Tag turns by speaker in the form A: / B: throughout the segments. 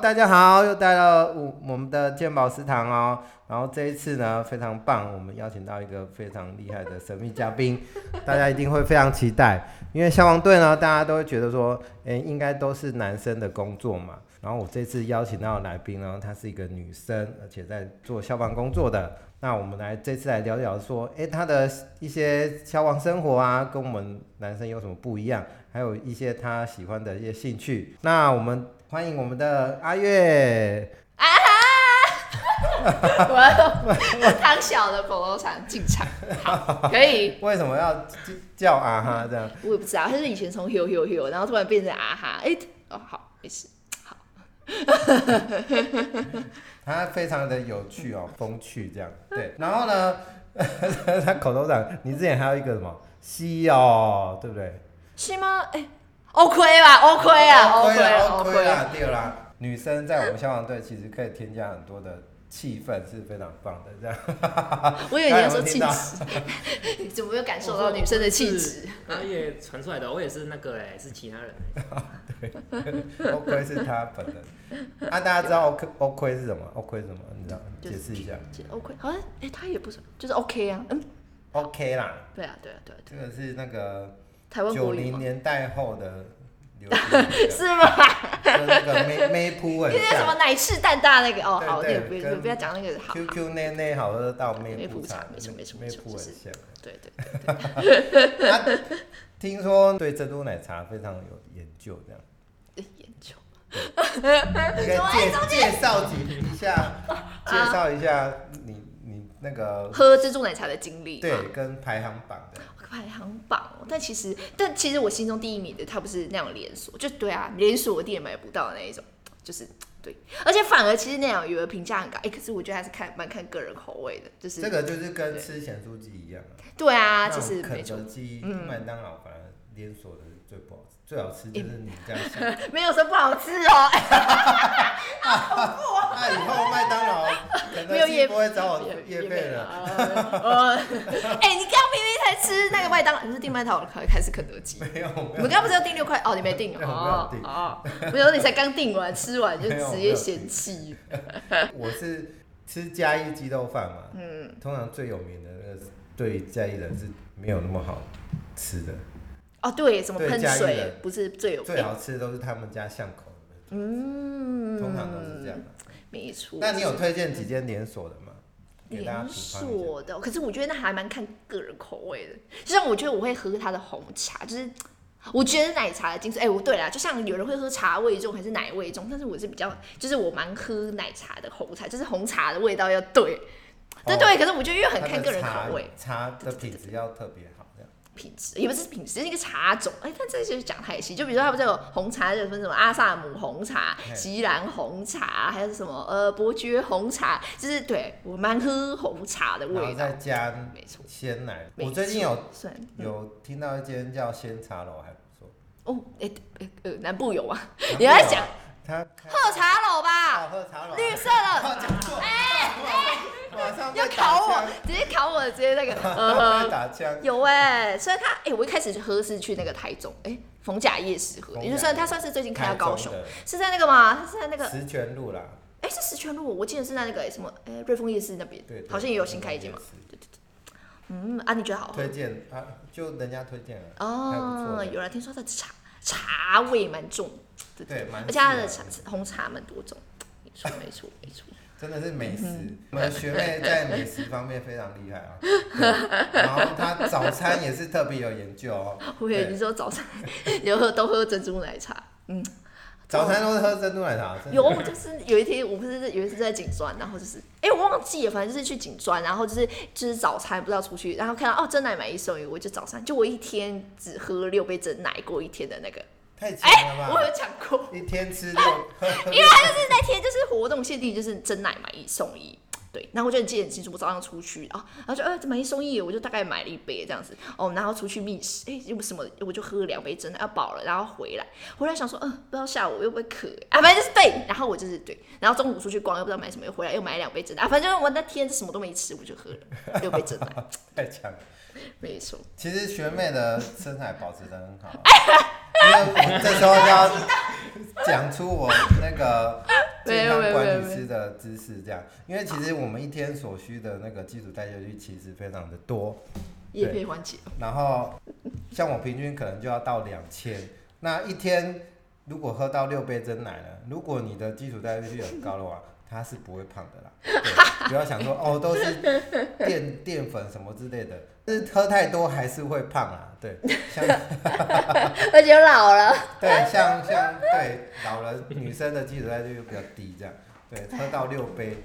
A: 大家好，又来到我我们的鉴宝食堂哦。然后这一次呢，非常棒，我们邀请到一个非常厉害的神秘嘉宾， 大家一定会非常期待。因为消防队呢，大家都会觉得说，诶，应该都是男生的工作嘛。然后我这次邀请到的来宾呢，她是一个女生，而且在做消防工作的。那我们来这次来聊聊说，诶，她的一些消防生活啊，跟我们男生有什么不一样？还有一些她喜欢的一些兴趣。那我们欢迎我们的阿月。
B: 我要用汤小的口头禅进场，好，可以。
A: 为什么要叫啊哈这样？
B: 我也不知道，他是以前从 h 呦 h 然后突然变成啊哈，哎、哦好，没事。
A: 他非常的有趣哦，风趣这样。对，然后呢，他口头禅，你之前还有一个什么西哦，对不对
B: 是吗？哎、，OK 吧，OK 啊，OK 啊
A: 啦
B: ，OK 啊。
A: 啦，对啦。女生在我们消防队其实可以添加很多的气氛，是非常棒的。这样，
B: 我以为你要说
A: 大家有没有
B: 气
A: 听到
B: 质，你怎么没有感受到女生的气质？
C: 然后也传出来的，我也是那个哎、是其他人、欸。
A: o k 是他本人。啊，大家知道 OK OK 是什么？OK 是什么？你知道？
B: 就
A: 解
B: 是
A: 释一下。
B: 就 OK，好像哎、他也不是，就是 OK 啊，嗯，
A: OK 啦，
B: 对啊，对啊，对啊，对
A: 这个是那个
B: 啊台湾
A: 九
B: 国语
A: 零
B: 吗？
A: 年代后的流行 语，这样
B: 是吗？
A: 跟那个妹妹铺很
B: 因为那什
A: 像
B: 么。奶翅蛋大那个哦，
A: 对
B: 好，那
A: 对
B: 个不要
A: 跟
B: 不要讲那个，好，好
A: QQ 内内好喝到妹
B: 妹
A: 夫
B: 夫
A: 茶
B: 茶，没错没错
A: 妹
B: 没错
A: 夫很
B: 就是
A: 像。
B: 对对，
A: 他听说对珍珠奶茶非常有研究，这样
B: 对呃研究。哎
A: 你可 以介介绍几一下，介绍一下你你那个
B: 喝珍珠奶茶的经历。
A: 对跟排行榜的，
B: 排行榜、哦，但其实，但其实我心中第一名的，它不是那种连锁，就对啊，连锁我店也买不到的那一种，就是对，而且反而其实那样有的评价很高，哎、可是我觉得还是看蛮看个人口味的，就是
A: 这个就是跟吃咸酥鸡一样啊，
B: 对啊，
A: 那
B: 其
A: 种
B: 实
A: 肯
B: 没错
A: 德，基、
B: 嗯
A: 麦当劳反而连锁的是最不好吃，最好吃就是你这样想，
B: 没有说不好吃哦，
A: 那以后麦当劳、肯
B: 没
A: 德
B: 有
A: 基
B: 业
A: 不会找我业费了。
B: 了。哦哎、你刚刚明明才吃那个麦当劳，你是订麦当劳还还是肯德基？
A: 没有，
B: 我们刚刚不是要订六块哦？你没订
A: 没有
B: 哦
A: 没有订
B: 哦，没有，你才刚订完，吃完就
A: 没有
B: 直
A: 没
B: 接
A: 有
B: 嫌
A: 订
B: 弃。
A: 我是吃嘉义鸡肉饭嘛，
B: 嗯，
A: 通常最有名的那个对嘉义人是没有那么好吃的，
B: 哦，对，什么
A: 对
B: 喷
A: 嘉义
B: 水
A: 人
B: 不是最有
A: 最好吃的都是他们家巷口的，
B: 嗯，
A: 通常都是这样，的。
B: 没错。
A: 那你有推荐几间连锁的吗？给大家评
B: 连
A: 判一下。
B: 锁的，可是我觉得那还蛮看个人口味的。就像我觉得我会喝它的红茶，就是我觉得奶茶的精髓。哎、我对啦，就像有人会喝茶味重还是奶味重，但是我是比较，就是我蛮喝奶茶的红茶，就是红茶的味道要对，对
A: 哦
B: 对。可是我觉得因为很
A: 它
B: 呃看
A: 的
B: 个人
A: 茶
B: 口味、
A: 茶的品质要特别好，这样。
B: 品质，也不是品质，是一个茶种。哎、但这就是讲太细。就比如说，它不是有红茶，有分什么阿萨姆红茶、
A: 嘿
B: 吉兰红茶，还有什么呃伯爵红茶，就是对我蛮喝红茶的
A: 然后
B: 味道
A: 再。加
B: 没错，
A: 鲜奶。
B: 没
A: 我最近有
B: 算嗯
A: 有听到一间叫鲜茶楼，还不错。
B: 哦，哎、哎呃南部有啊，你要讲
A: 他
B: 喝茶楼吧，
A: 好喝茶楼啊，
B: 绿色的。
A: 哦讲错，哎 马上
B: 要
A: 被打
B: 考我
A: 枪，
B: 直接考我，直接那个，
A: 马上
B: 呃
A: 被， 打枪。
B: 有哎、所以他哎、我一开始喝是去那个台中，哎、逢甲夜市喝的，
A: 逢
B: 也就
A: 甲
B: 算
A: 夜
B: 他
A: 市
B: 算是最近开
A: 台
B: 到高
A: 中
B: 雄，
A: 的
B: 是在那个吗？他是在那个
A: 石泉路啦，
B: 哎、是石泉路，我记得是在那个、什么，哎、瑞丰夜市那边
A: 对，对
B: 好像也有新开一间嘛。，对对对，嗯啊，你觉得好喝
A: 推？荐啊，就人家推荐了，还不
B: 哦，
A: 错的，
B: 有人听说它的茶茶味蛮重，对
A: 对，蛮
B: 而且它的
A: 适
B: 茶
A: 合
B: 红茶蛮多种，没错 没错没错。
A: 真的是美食，
B: 嗯
A: 我们学妹在美食方面非常厉害啊，对然后她早餐也是特别有研究哦，
B: 我以为你
A: 对，
B: 说早餐 有喝都喝珍珠奶茶，嗯，
A: 早餐都是喝珍珠奶茶，真的
B: 有，我就是有一天，我不是有一次在景专，然后就是，哎、我忘记了，反正就是去景专，然后就是就是早餐不知道出去，然后看到哦，真奶买一送一，我就早餐就我一天只喝六杯真奶过一天的那个，
A: 太强
B: 哎、
A: 了
B: 我
A: 吧，
B: 有讲过，
A: 一天吃六，
B: 因为他就是那天就是活动限定，就是真奶买一送一。对，然后我就很记得很清楚，我早上出去啊，然后就呃买一送一，我就大概买了一杯这样子哦，然后出去觅食，哎，又不什么，我就喝了两杯真奶，要饱了，然后回来，回来想说，嗯、不知道下午又不会渴啊，反正就是对，然后我就是对，然后中午出去逛又不知道买什么，又回来又买两杯真奶，啊，反正我那天什么都没吃，我就喝 了六杯真奶，
A: 太强了。
B: 没错，
A: 其实学妹的身材保持得很啊好，因为我这时候就要讲出我那个健
B: 没有
A: 康
B: 没有
A: 管
B: 没
A: 理
B: 有
A: 师的知识这样，因为其实我们一天所需的那个基础代谢率其实非常的多，
B: 也可以缓 解。
A: 然后像我平均可能就要到两千，那一天如果喝到六杯真奶了，如果你的基础代谢率很高的话，它是不会胖的啦。对，不要想说哦都是淀淀粉什么之类的，但是喝太多还是会胖啊。对，像
B: 而且老了，
A: 对，像像对老人女生的基础代谢率比较低，这样对，喝到六杯，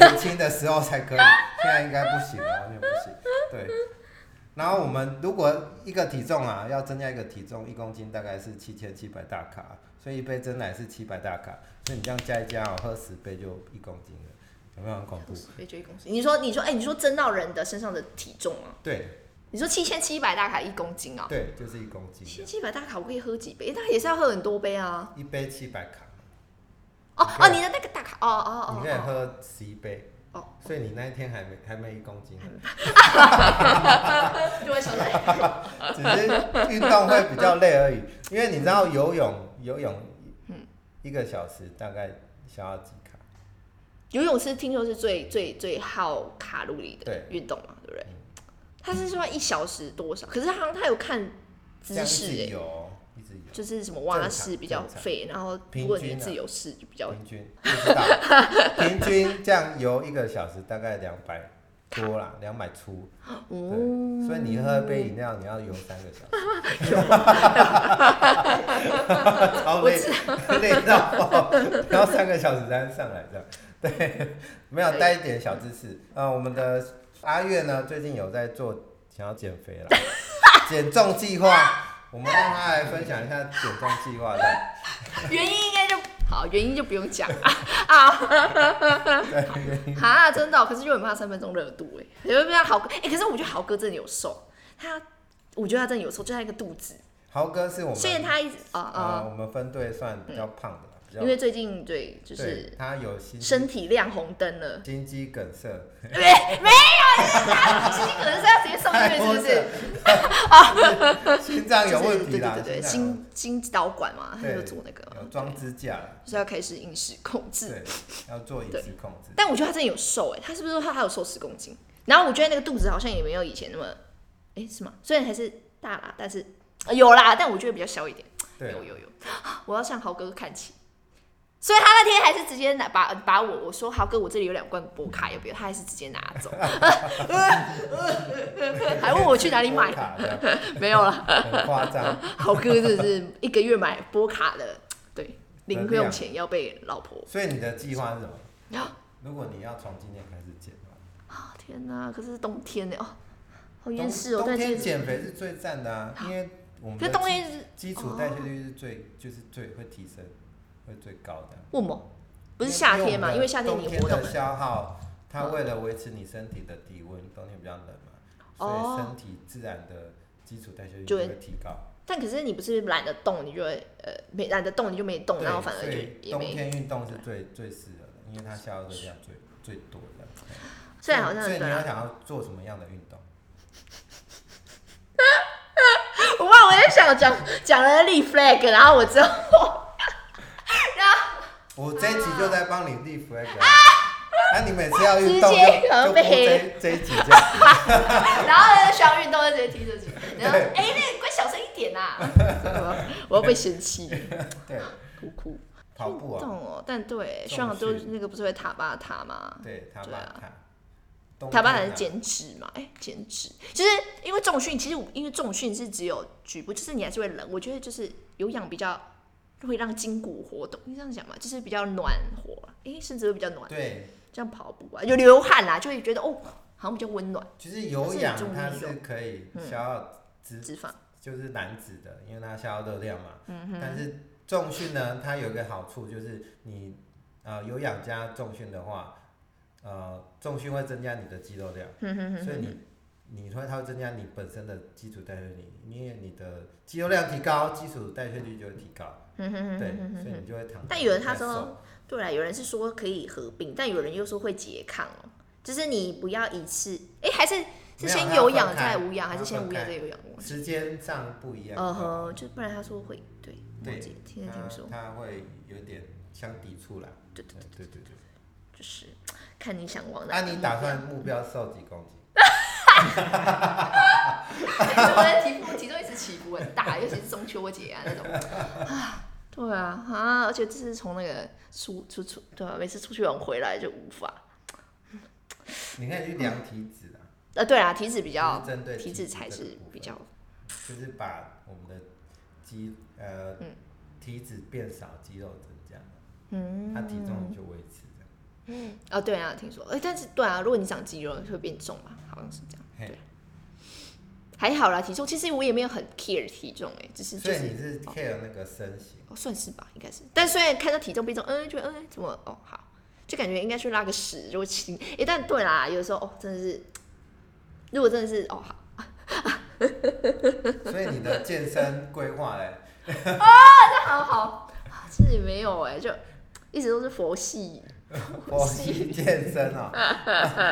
A: 年轻的时候才可以，现在应该不行了，完全不行。对，然后我们如果一个体重啊，要增加一个体重，一公斤大概是七千七百大卡，所以一杯真奶是七百大卡，所以你这样加一加哦，喝十杯就一公斤了，有没有很恐怖？
B: 被追 公司。你说，你说，哎、你说真到人的身上的体重啊？
A: 对
B: 你说七千七百大卡一公斤啊？
A: 对，就是一公斤
B: 七，千七百大卡我可以喝几杯？那也是要喝很多杯啊。
A: 一杯七百卡，
B: 哦
A: 你可
B: 哦，
A: 以
B: 你的那个大卡，哦哦
A: 你可以
B: 哦
A: 喝十一杯
B: 哦，
A: 所以你那一天还没还没一公斤。
B: 哦，就会想来。
A: 只是运动会比较累而已，因为你知道游泳，游泳，一个小时大概消耗几卡？
B: 游泳是听说是最最最耗卡路里的
A: 对嗯
B: 运动嘛，对不对？他是说一小时多少？可是好像他有看
A: 这
B: 姿
A: 样一
B: 势
A: 直
B: 诶、
A: 游哦，一直游，
B: 就是什么蛙
A: 正
B: 式
A: 常
B: 比较
A: 正常
B: 费，然后
A: 平
B: 如果你
A: 均啊
B: 自由式就比较
A: 平均不知道，平均这样游一个小时大概两百多啦，两百出。对，
B: 哦。
A: 所以你喝一杯饮料，你要游三个小时，超累，累到爆，然后三个小时才能上来这样。对，没有带一点小知识。呃，我们的阿月呢，最近有在做想要减肥了，减重计划。我们让他来分享一下减重计划这样。
B: 原因应该就好，原因就不用讲啊啊
A: 对，原因
B: 哈，真的哦、可是就很怕三分钟热度哎、欸，有没有豪哥？哎、可是我觉得豪哥真的有瘦，他我觉得他真的有瘦，就他那个肚子，
A: 豪哥是我们
B: 虽然他一直啊
A: 呃，
B: 啊，
A: 我们分队算比较胖的啦，比较
B: 因为最近对就
A: 对
B: 是
A: 他有心
B: 身体亮红灯了。
A: 心肌梗塞，
B: 没没有，心肌梗塞要直接送医院是不是？
A: 心脏有
B: 就是
A: 问题
B: 对
A: 啦，
B: 对对对，
A: 脏有
B: 心心导管嘛，他
A: 对
B: 就做那个，
A: 有装支架啦，
B: 就是要开始饮食控制。
A: 对，要做饮食控制。
B: 但我觉得他真的有瘦哎、他是不是说他还有瘦十公斤？然后我觉得那个肚子好像也没有以前那么，哎、是吗？虽然还是大啦，但是、呃有啦，但我觉得比较小一点。
A: 对啊
B: 有，有 有，我要向豪哥看齐。所以他那天还是直接拿把把我我说豪哥，我这里有两罐波卡，要不要？他还是直接拿走， 还问我去哪里买
A: 波，卡的，
B: 没有啦，
A: 很夸张。
B: 豪哥真的是一个月买波卡的，对，零用钱要被老婆。
A: 所以你的计划是什么？如果你要从今天开始减的话，
B: 啊天哪、可是冬天呢、哦，好
A: 冬
B: 厌世哦，
A: 冬
B: 但
A: 天
B: 是
A: 减肥是最赞的啊，因为我们
B: 可
A: 的
B: 是冬
A: 基
B: 天是
A: 基础代谢率是最就是最会提升，会最高的。
B: 问吗？不是夏天嘛？因哦为夏天你
A: 冬
B: 活动
A: 天的消耗，它为了维持你身体的体温，冬天比较冷嘛，所以
B: 哦
A: 身体自然的基础代谢率
B: 就
A: 就
B: 会
A: 会提高。
B: 但可是你不是懒得动，你就会呃没懒得动，你就没动，
A: 对
B: 然后反而
A: 所
B: 就
A: 以
B: 也
A: 冬
B: 没。
A: 天运动是最最适合的，因为它消耗热量最最多的。
B: 虽然好像
A: 所以
B: 对
A: 你要
B: 啊，
A: 想要做什么样的运动？
B: 我忘了我在想讲讲了立 flag，然后 我之后
A: 我这一集就在帮你立 flag 啊。那、你每次要运动
B: 直接
A: 就就
B: 被
A: 播这这一集这样，
B: 然后呢需要运动就直接踢出去，然后
A: 对
B: 哎、那个关小声一 点呐、我要被嫌弃，
A: 对，
B: 哭哭。
A: 跑步
B: 运动
A: 啊，
B: 哦，但对，
A: 重
B: 像就
A: 训
B: 那个不是会塔巴塔吗？
A: 对，塔
B: 对
A: 巴
B: 啊
A: 塔，冬
B: 塔巴塔
A: 天
B: 是
A: 啊
B: 减脂嘛？哎、减脂就是因为重训，其实我因为重训是只有局部，就是你还是会冷。我觉得就是有氧比较会让筋骨活动，你这样讲嘛，就是比较暖和，哎、甚至会比较暖。
A: 对，
B: 这样跑步啊，有流汗啦，就会觉得哦，好像比较温暖。
A: 其实有氧它是可以
B: 嗯
A: 消耗脂，
B: 脂肪
A: 就是燃脂的，因为它消耗热量嘛。
B: 嗯
A: 但是重训呢，它有一个好处就是你呃有氧加重训的话，呃重训会增加你的肌肉量，
B: 嗯
A: 所以你你会它会增加你本身的基础代谢率，因为你的肌肉量提高，基础代谢率就会提高。
B: 嗯
A: 对，所以你就会躺。
B: 但有人他
A: 在
B: 说
A: 瘦
B: 对啊啦，有人是说可以合并，但有人又说会拮抗哦，就是你不要一次，哎、还是是
A: 没有
B: 先
A: 它
B: 有
A: 要
B: 氧
A: 分开
B: 再无氧，还
A: 它
B: 是先
A: 分
B: 无氧
A: 开
B: 再有氧？
A: 时间上不一样。
B: 哦呃呵，就不然他说会对，
A: 对
B: 忘记了听
A: 它
B: 听说，
A: 它会有点相抵触啦。
B: 对对
A: 对对对对。
B: 就是看你想往
A: 那
B: 哪个
A: 啊你
B: 目
A: 打
B: 标
A: 算目标瘦几公斤？
B: 我的体肤体重一直起伏很大，尤其是中秋节啊 那种。啊，对啊，啊，而且这是从那个出出出，对啊，每次出去玩回来就无法。
A: 你可以去量体脂啊，
B: 呃，对啊，体脂比较
A: 就是，针对
B: 体脂才
A: 这个
B: 是
A: 部分
B: 比较，
A: 就是把我们的肌呃、
B: 嗯
A: 体脂变少，肌肉增加，
B: 嗯，
A: 它体重就维持这样。
B: 啊，对啊，听说，哎、但是对啊，如果你长肌肉会变重嘛，好像是这样，
A: 嘿
B: 对。还好啦，体重其实我也没有很 care 体重、哎，只是
A: 所
B: 就
A: 以
B: 是
A: 你是
B: 哦
A: care 那个身形，
B: 哦，算是吧，应该是。但虽然看到体重变重，嗯，觉得嗯怎么哦好，就感觉应该去拉个屎就会轻。哎、但对啦，有时候哦真的是，如果真的是哦好，
A: 所以你的健身规划 嘞？
B: 那好好，啊其实也没有哎、就一直都是佛系，
A: 佛系健身 哦，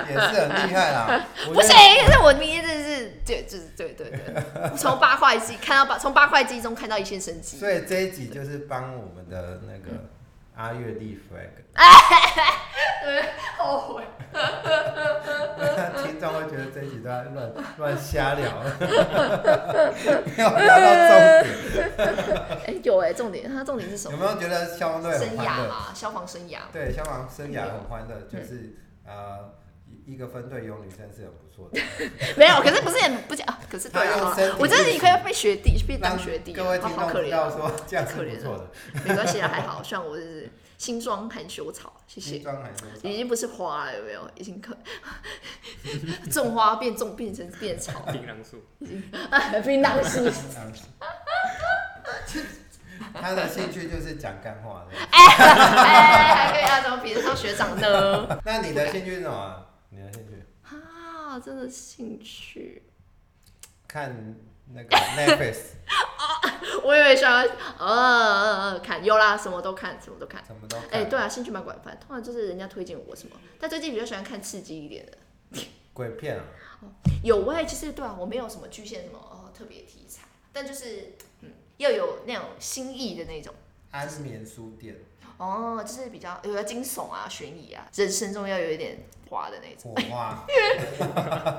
A: 也是很厉害啦。我
B: 不
A: 觉
B: 行
A: 得，
B: 那我明天真的是对，就是对对对，我从八块肌看到八，从八块肌中看到一线生机。
A: 所以这一集就是帮我们的那个
B: 嗯
A: 阿月立 flag，
B: 后悔，
A: 听众会觉得这一集都在乱乱瞎 聊，没有聊到重点。
B: 哎、有哎、重点，它重点是什
A: 有
B: 么？
A: 没有觉得消防队
B: 生
A: 很欢
B: 涯嗯
A: 乐？
B: 嘛，消防生涯。
A: 对，消防生涯很欢乐，就是呃一一个分队有女生是很不错的。
B: 没有，可是不是也不讲，啊可是对
A: 他用
B: 啊
A: 身，体
B: 我真的
A: 力
B: 你
A: 行
B: 快要被学弟被当学弟啊
A: 让各位
B: 了，好
A: 听
B: 好可
A: 众知
B: 怜
A: 道
B: 啊，
A: 说这样是不错的，
B: 没关系啊，还好，虽然我就是新装含羞草，谢
A: 西
B: 谢，
A: 装还是
B: 已经不是花了，有没有？已经可 种花变种变成变草，
C: 槟榔 树，
B: 槟榔树，
A: 他的兴趣就是讲干话的。
B: 哎哎，还可以啊，怎么比得上学长呢？
A: 那你的兴趣是什么？你的兴趣
B: 啊，真的兴趣，
A: 看那个 Netflix，
B: 我以为想要呃看，有啦，什么都看，什么都看。
A: 什么都
B: 哎、
A: 看。
B: 对啊，兴趣蛮广泛，通常就是人家推荐我什么，但最近比较喜欢看刺激一点的。
A: 鬼片啊，
B: 有喂、其实对啊，我没有什么局限什么哦特别题材，但就是嗯要有那种新意的那种
A: 安眠书店，
B: 哦，就是比较有要惊悚啊、悬疑啊，人生中要有一点花的那种。
A: 火花，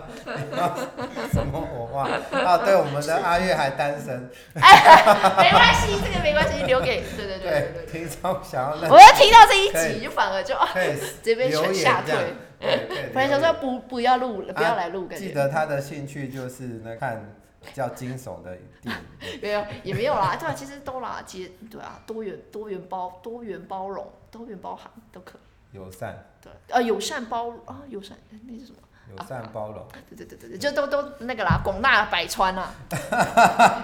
A: 什么火花啊？对，我们的阿月还单身，
B: 哎没关系，这个没关系，留给对对对对哦
A: 对
B: 对，对。
A: 听众想要认
B: 我要听到这一
A: 可以
B: 集就反而就啊
A: 可以
B: 这边
A: 留
B: 全
A: 言
B: 吓
A: 这样
B: 退，
A: 对可以留
B: 本来想说
A: 言 啊
B: 不不要录了，不要来录，感
A: 记
B: 觉
A: 得他的兴趣就是那看比较惊悚的电影，
B: 没有也没有啦，对啊，其实都啦，其实对啊，多元多元包多元包容多元包含都可以，
A: 友 善、
B: 对，呃友善包啊友善那是什么？
A: 友善包容。
B: 对对对对对，就都都那个啦，广纳百川啊，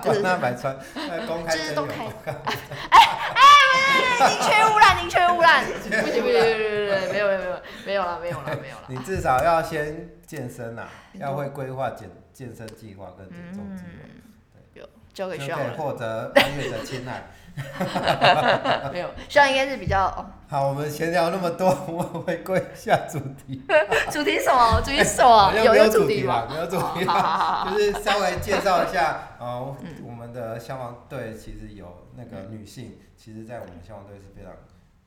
B: 就
A: 广
B: 是
A: 纳百川，那公开
B: 就是
A: 真
B: 都
A: 有
B: 开
A: 公开
B: 宁缺毋滥，宁缺毋滥，不行不行不行不行，没有没有没有没有了没有了没有了，
A: 你至少要先健身啊，要会规划健健身计划跟减重计
B: 嗯
A: 划，
B: 有交给
A: 就
B: 徐浩
A: 可以
B: 了，
A: 获得安月的青睐。
B: 没有，徐浩应该是比较哦，
A: 好，我们闲聊那么多， 我们回归一下主题。
B: 主题是什么？主题是什么？
A: 没
B: 哦有
A: 没有
B: 主
A: 题
B: 吗？
A: 啦，没有主
B: 哦
A: 题
B: 好好
A: 啦，
B: 好好嗯
A: 就是稍微介绍一下， 呃，我们的消防队其实有那个女性，其实在我们消防队是非常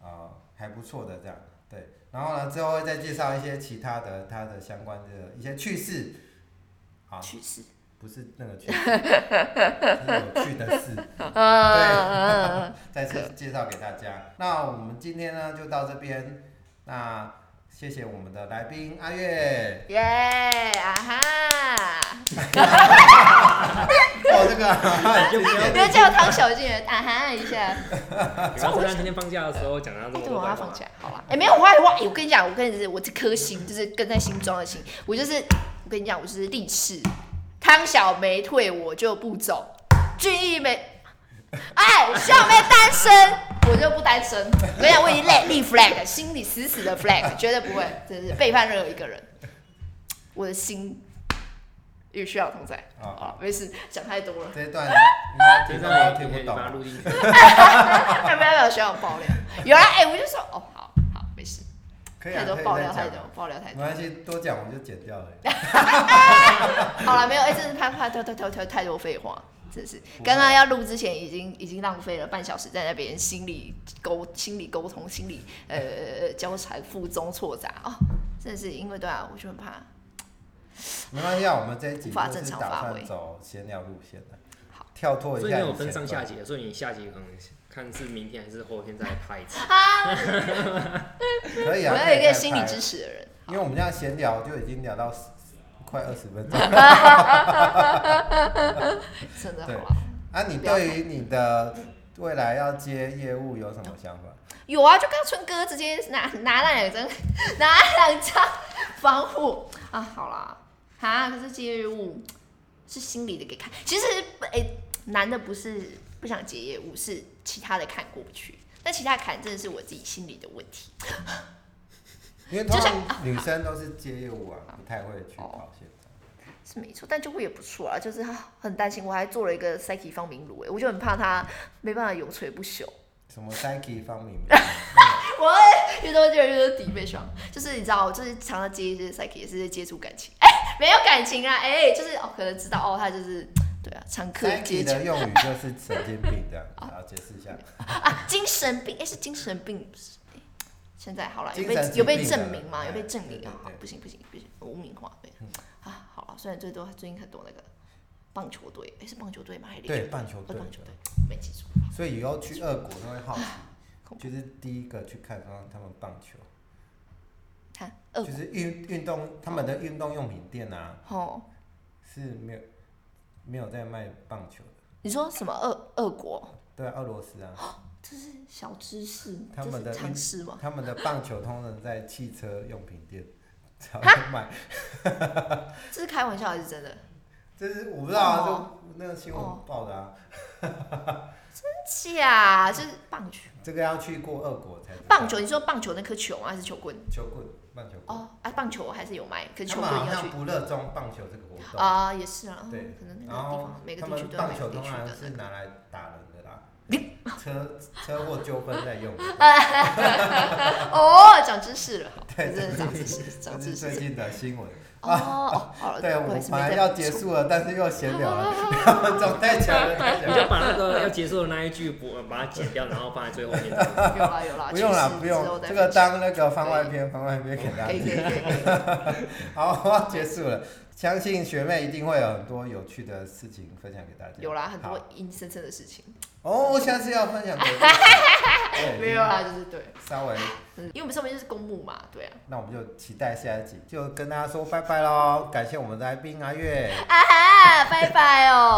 A: 呃还不错的这样，对。然后呢，之后会再介绍一些其他的它的相关的一些趣事，好，
B: 趋势，
A: 不是那个趣事， 是有趣的事。
B: 嗯嗯
A: 再次介绍给大家。那我们今天呢就到这边，那谢谢我们的来宾阿月
B: 嗯，。耶啊哈，
A: 哦，这个啊今
B: 不
A: 天
B: 要叫唐小静啊哈一下，
A: 啊
C: 你要知道今天放假的时候讲到这
B: 哎，
C: 么
B: 对，
C: 多
B: 我
C: 坏
B: 要
C: 话
B: 放。假，好啦。哎、没有，我还我我跟你讲，我跟你是我这颗心就是跟在心中的心，我就是我跟你讲，我就是立誓，汤小梅退我就不走，俊逸没，哎，小梅单身我就不单身。我跟你讲，我已经立立 flag，心里死死的 flag，绝对不会，真是背叛任何一个人。我的心与徐晓彤在，
A: 好
B: 啊，没事，讲太多了。
A: 这一段应该
C: 就
A: 听
C: 是
A: 众
C: 让
A: 都
C: 你
A: 听
C: 可以
A: 不
C: 把
A: 懂。
C: 它录进去。
B: 要不要让徐晓彤爆料？有啦，哎、我就说，哦，好好，没事，
A: 可以
B: 太
A: 啊，
B: 多
A: 可以
B: 爆
A: 再
B: 料太多
A: 讲。，
B: 爆料太
A: 没
B: 多。
A: 关系，多 讲我就剪掉了。
B: 好了，没有，哎、真的太太太太太太太多废话。真是
A: 不会
B: 刚刚要录之前已经已经浪费了半小时在那边心理沟心理沟通心理呃交缠负中错杂哦，真的是因为对啊，我就很怕。
A: 没关系啊，我们这一集
B: 无法
A: 就
B: 正
A: 是
B: 常
A: 打
B: 发
A: 算
B: 挥
A: 走闲聊路线的
B: 好，
A: 跳脱一
C: 所以
A: 下
C: 你
A: 以前段。
C: 有分上下集，所以你下集可能看是明天还是后天再拍一 次。
A: 可以啊，
B: 我要
A: 可
B: 有一
A: 以再
B: 个心理
A: 拍
B: 支持的人。
A: 因为我们这样闲聊就已经聊到十快二十分钟。
B: 真的好
A: 对
B: 啊。
A: 啊，你对于你的未来要接业务有什么想法？
B: 有啊，就刚春哥直接拿拿那两张， 拿那两张防护啊，好啦，啊，可是接业务是心里的给看，其实哎、男的不是不想接业务，是其他的看过不去，但其他的坎真的是我自己心里的问题。
A: 因为通常女生都是接业务啊，不太会去跑现
B: 哦
A: 场。
B: 是没错，但就会也不错啊，就是啊很担心，我还做了一个 psyche 方明炉，哎，我就很怕他没办法永垂不朽。
A: 什么 psyche 方面，
B: 我越多越越多底被爽，就是你知道，就是常常接一些 psyche 也是在接触感情，哎、 没有感情啊，哎、就是哦，可能知道哦，他就是对啊，常客
A: psyche
B: 接 触
A: 的用语就是神经病 这样，然后解释一下。
B: 啊，精神病，哎、是精神病，不是哎现在好了，有
A: 精神
B: 被
A: 疾
B: 有被
A: 病
B: 证
A: 的
B: 明吗？有被证明
A: 对对，
B: 啊好
A: 对嗯
B: 不行不行不行，污名化对啊，好了，虽然最多最近很多那个棒球队，哎、是棒球队吗？还是
A: 对
B: 篮
A: 棒球
B: 球
A: 队
B: 队？哦棒球
A: 的
B: 队，没记住，
A: 所以以后去俄国都会好奇
B: 恐，怖
A: 就是第一个去看他们棒球，
B: 看二
A: 就是运运动他们的运动用品店啊
B: 哦，
A: 是没有没有在卖棒球的，
B: 你说什么二二国？
A: 对啊，俄罗斯
B: 哦
A: 啊。
B: 这是小知识，
A: 他
B: 这
A: 们
B: 是
A: 的
B: 常识吗？
A: 他们的棒球通常在汽车用品店才会卖，
B: 这是开玩笑还是真的？
A: 这是我不知道啊，
B: 哦
A: 就那个新闻报的啊，
B: 假，就是棒球，
A: 这个要去过俄国才知道
B: 棒球，你说棒球那颗球吗？还是球棍？
A: 球棍棒球棍，
B: 哦，啊，棒球我还是有卖，可是
A: 他
B: 球
A: 们
B: 棍
A: 好
B: 要去
A: 像不热衷棒球这个活动，
B: 啊，也是啊，
A: 对哦
B: 可能每个地
A: 然后
B: 方每
A: 他们
B: 个地区都有
A: 棒
B: 每个
A: 球
B: 地
A: 通
B: 区
A: 常
B: 的
A: 是
B: 那个。
A: 拿来打人的啦，车车祸纠纷在 用的，
B: 哦，长知识 了，
A: 对
B: 真的长知识， 长
A: 这
B: 知
A: 是最
B: 识。
A: 近的新闻。
B: 哦，哦好了，
A: 对，我
B: 我还
A: 们
B: 是
A: 本
B: 没
A: 来
B: 在
A: 要结束了，但是又闲聊 了，两分钟太久了，太久
C: 你
A: 了
C: 就把那个要结束的那一句不把它剪掉，然后放在最后面。
B: 有啦 有啦，
A: 不用
B: 确
A: 了，
B: 实
A: 不
B: 之后
A: 用，
B: 再
A: 这个
B: 分享
A: 当那个番外篇，番外篇给大家
B: 可以
A: 听
B: 可。以可以可以，
A: 好， 我要结束了。相信学妹一定会有很多有趣的事情分享给大家。
B: 有啦，很
A: 好
B: 多阴森森的事情，
A: 哦，我下次要分享 给
B: 没有，啊啦，就是对，
A: 对稍微，
B: 嗯因为我们上面就是公墓嘛，对啊。
A: 那我们就期待下一集，就跟大家说拜拜喽。感谢我们的来宾阿月。
B: 啊哈，拜拜哦。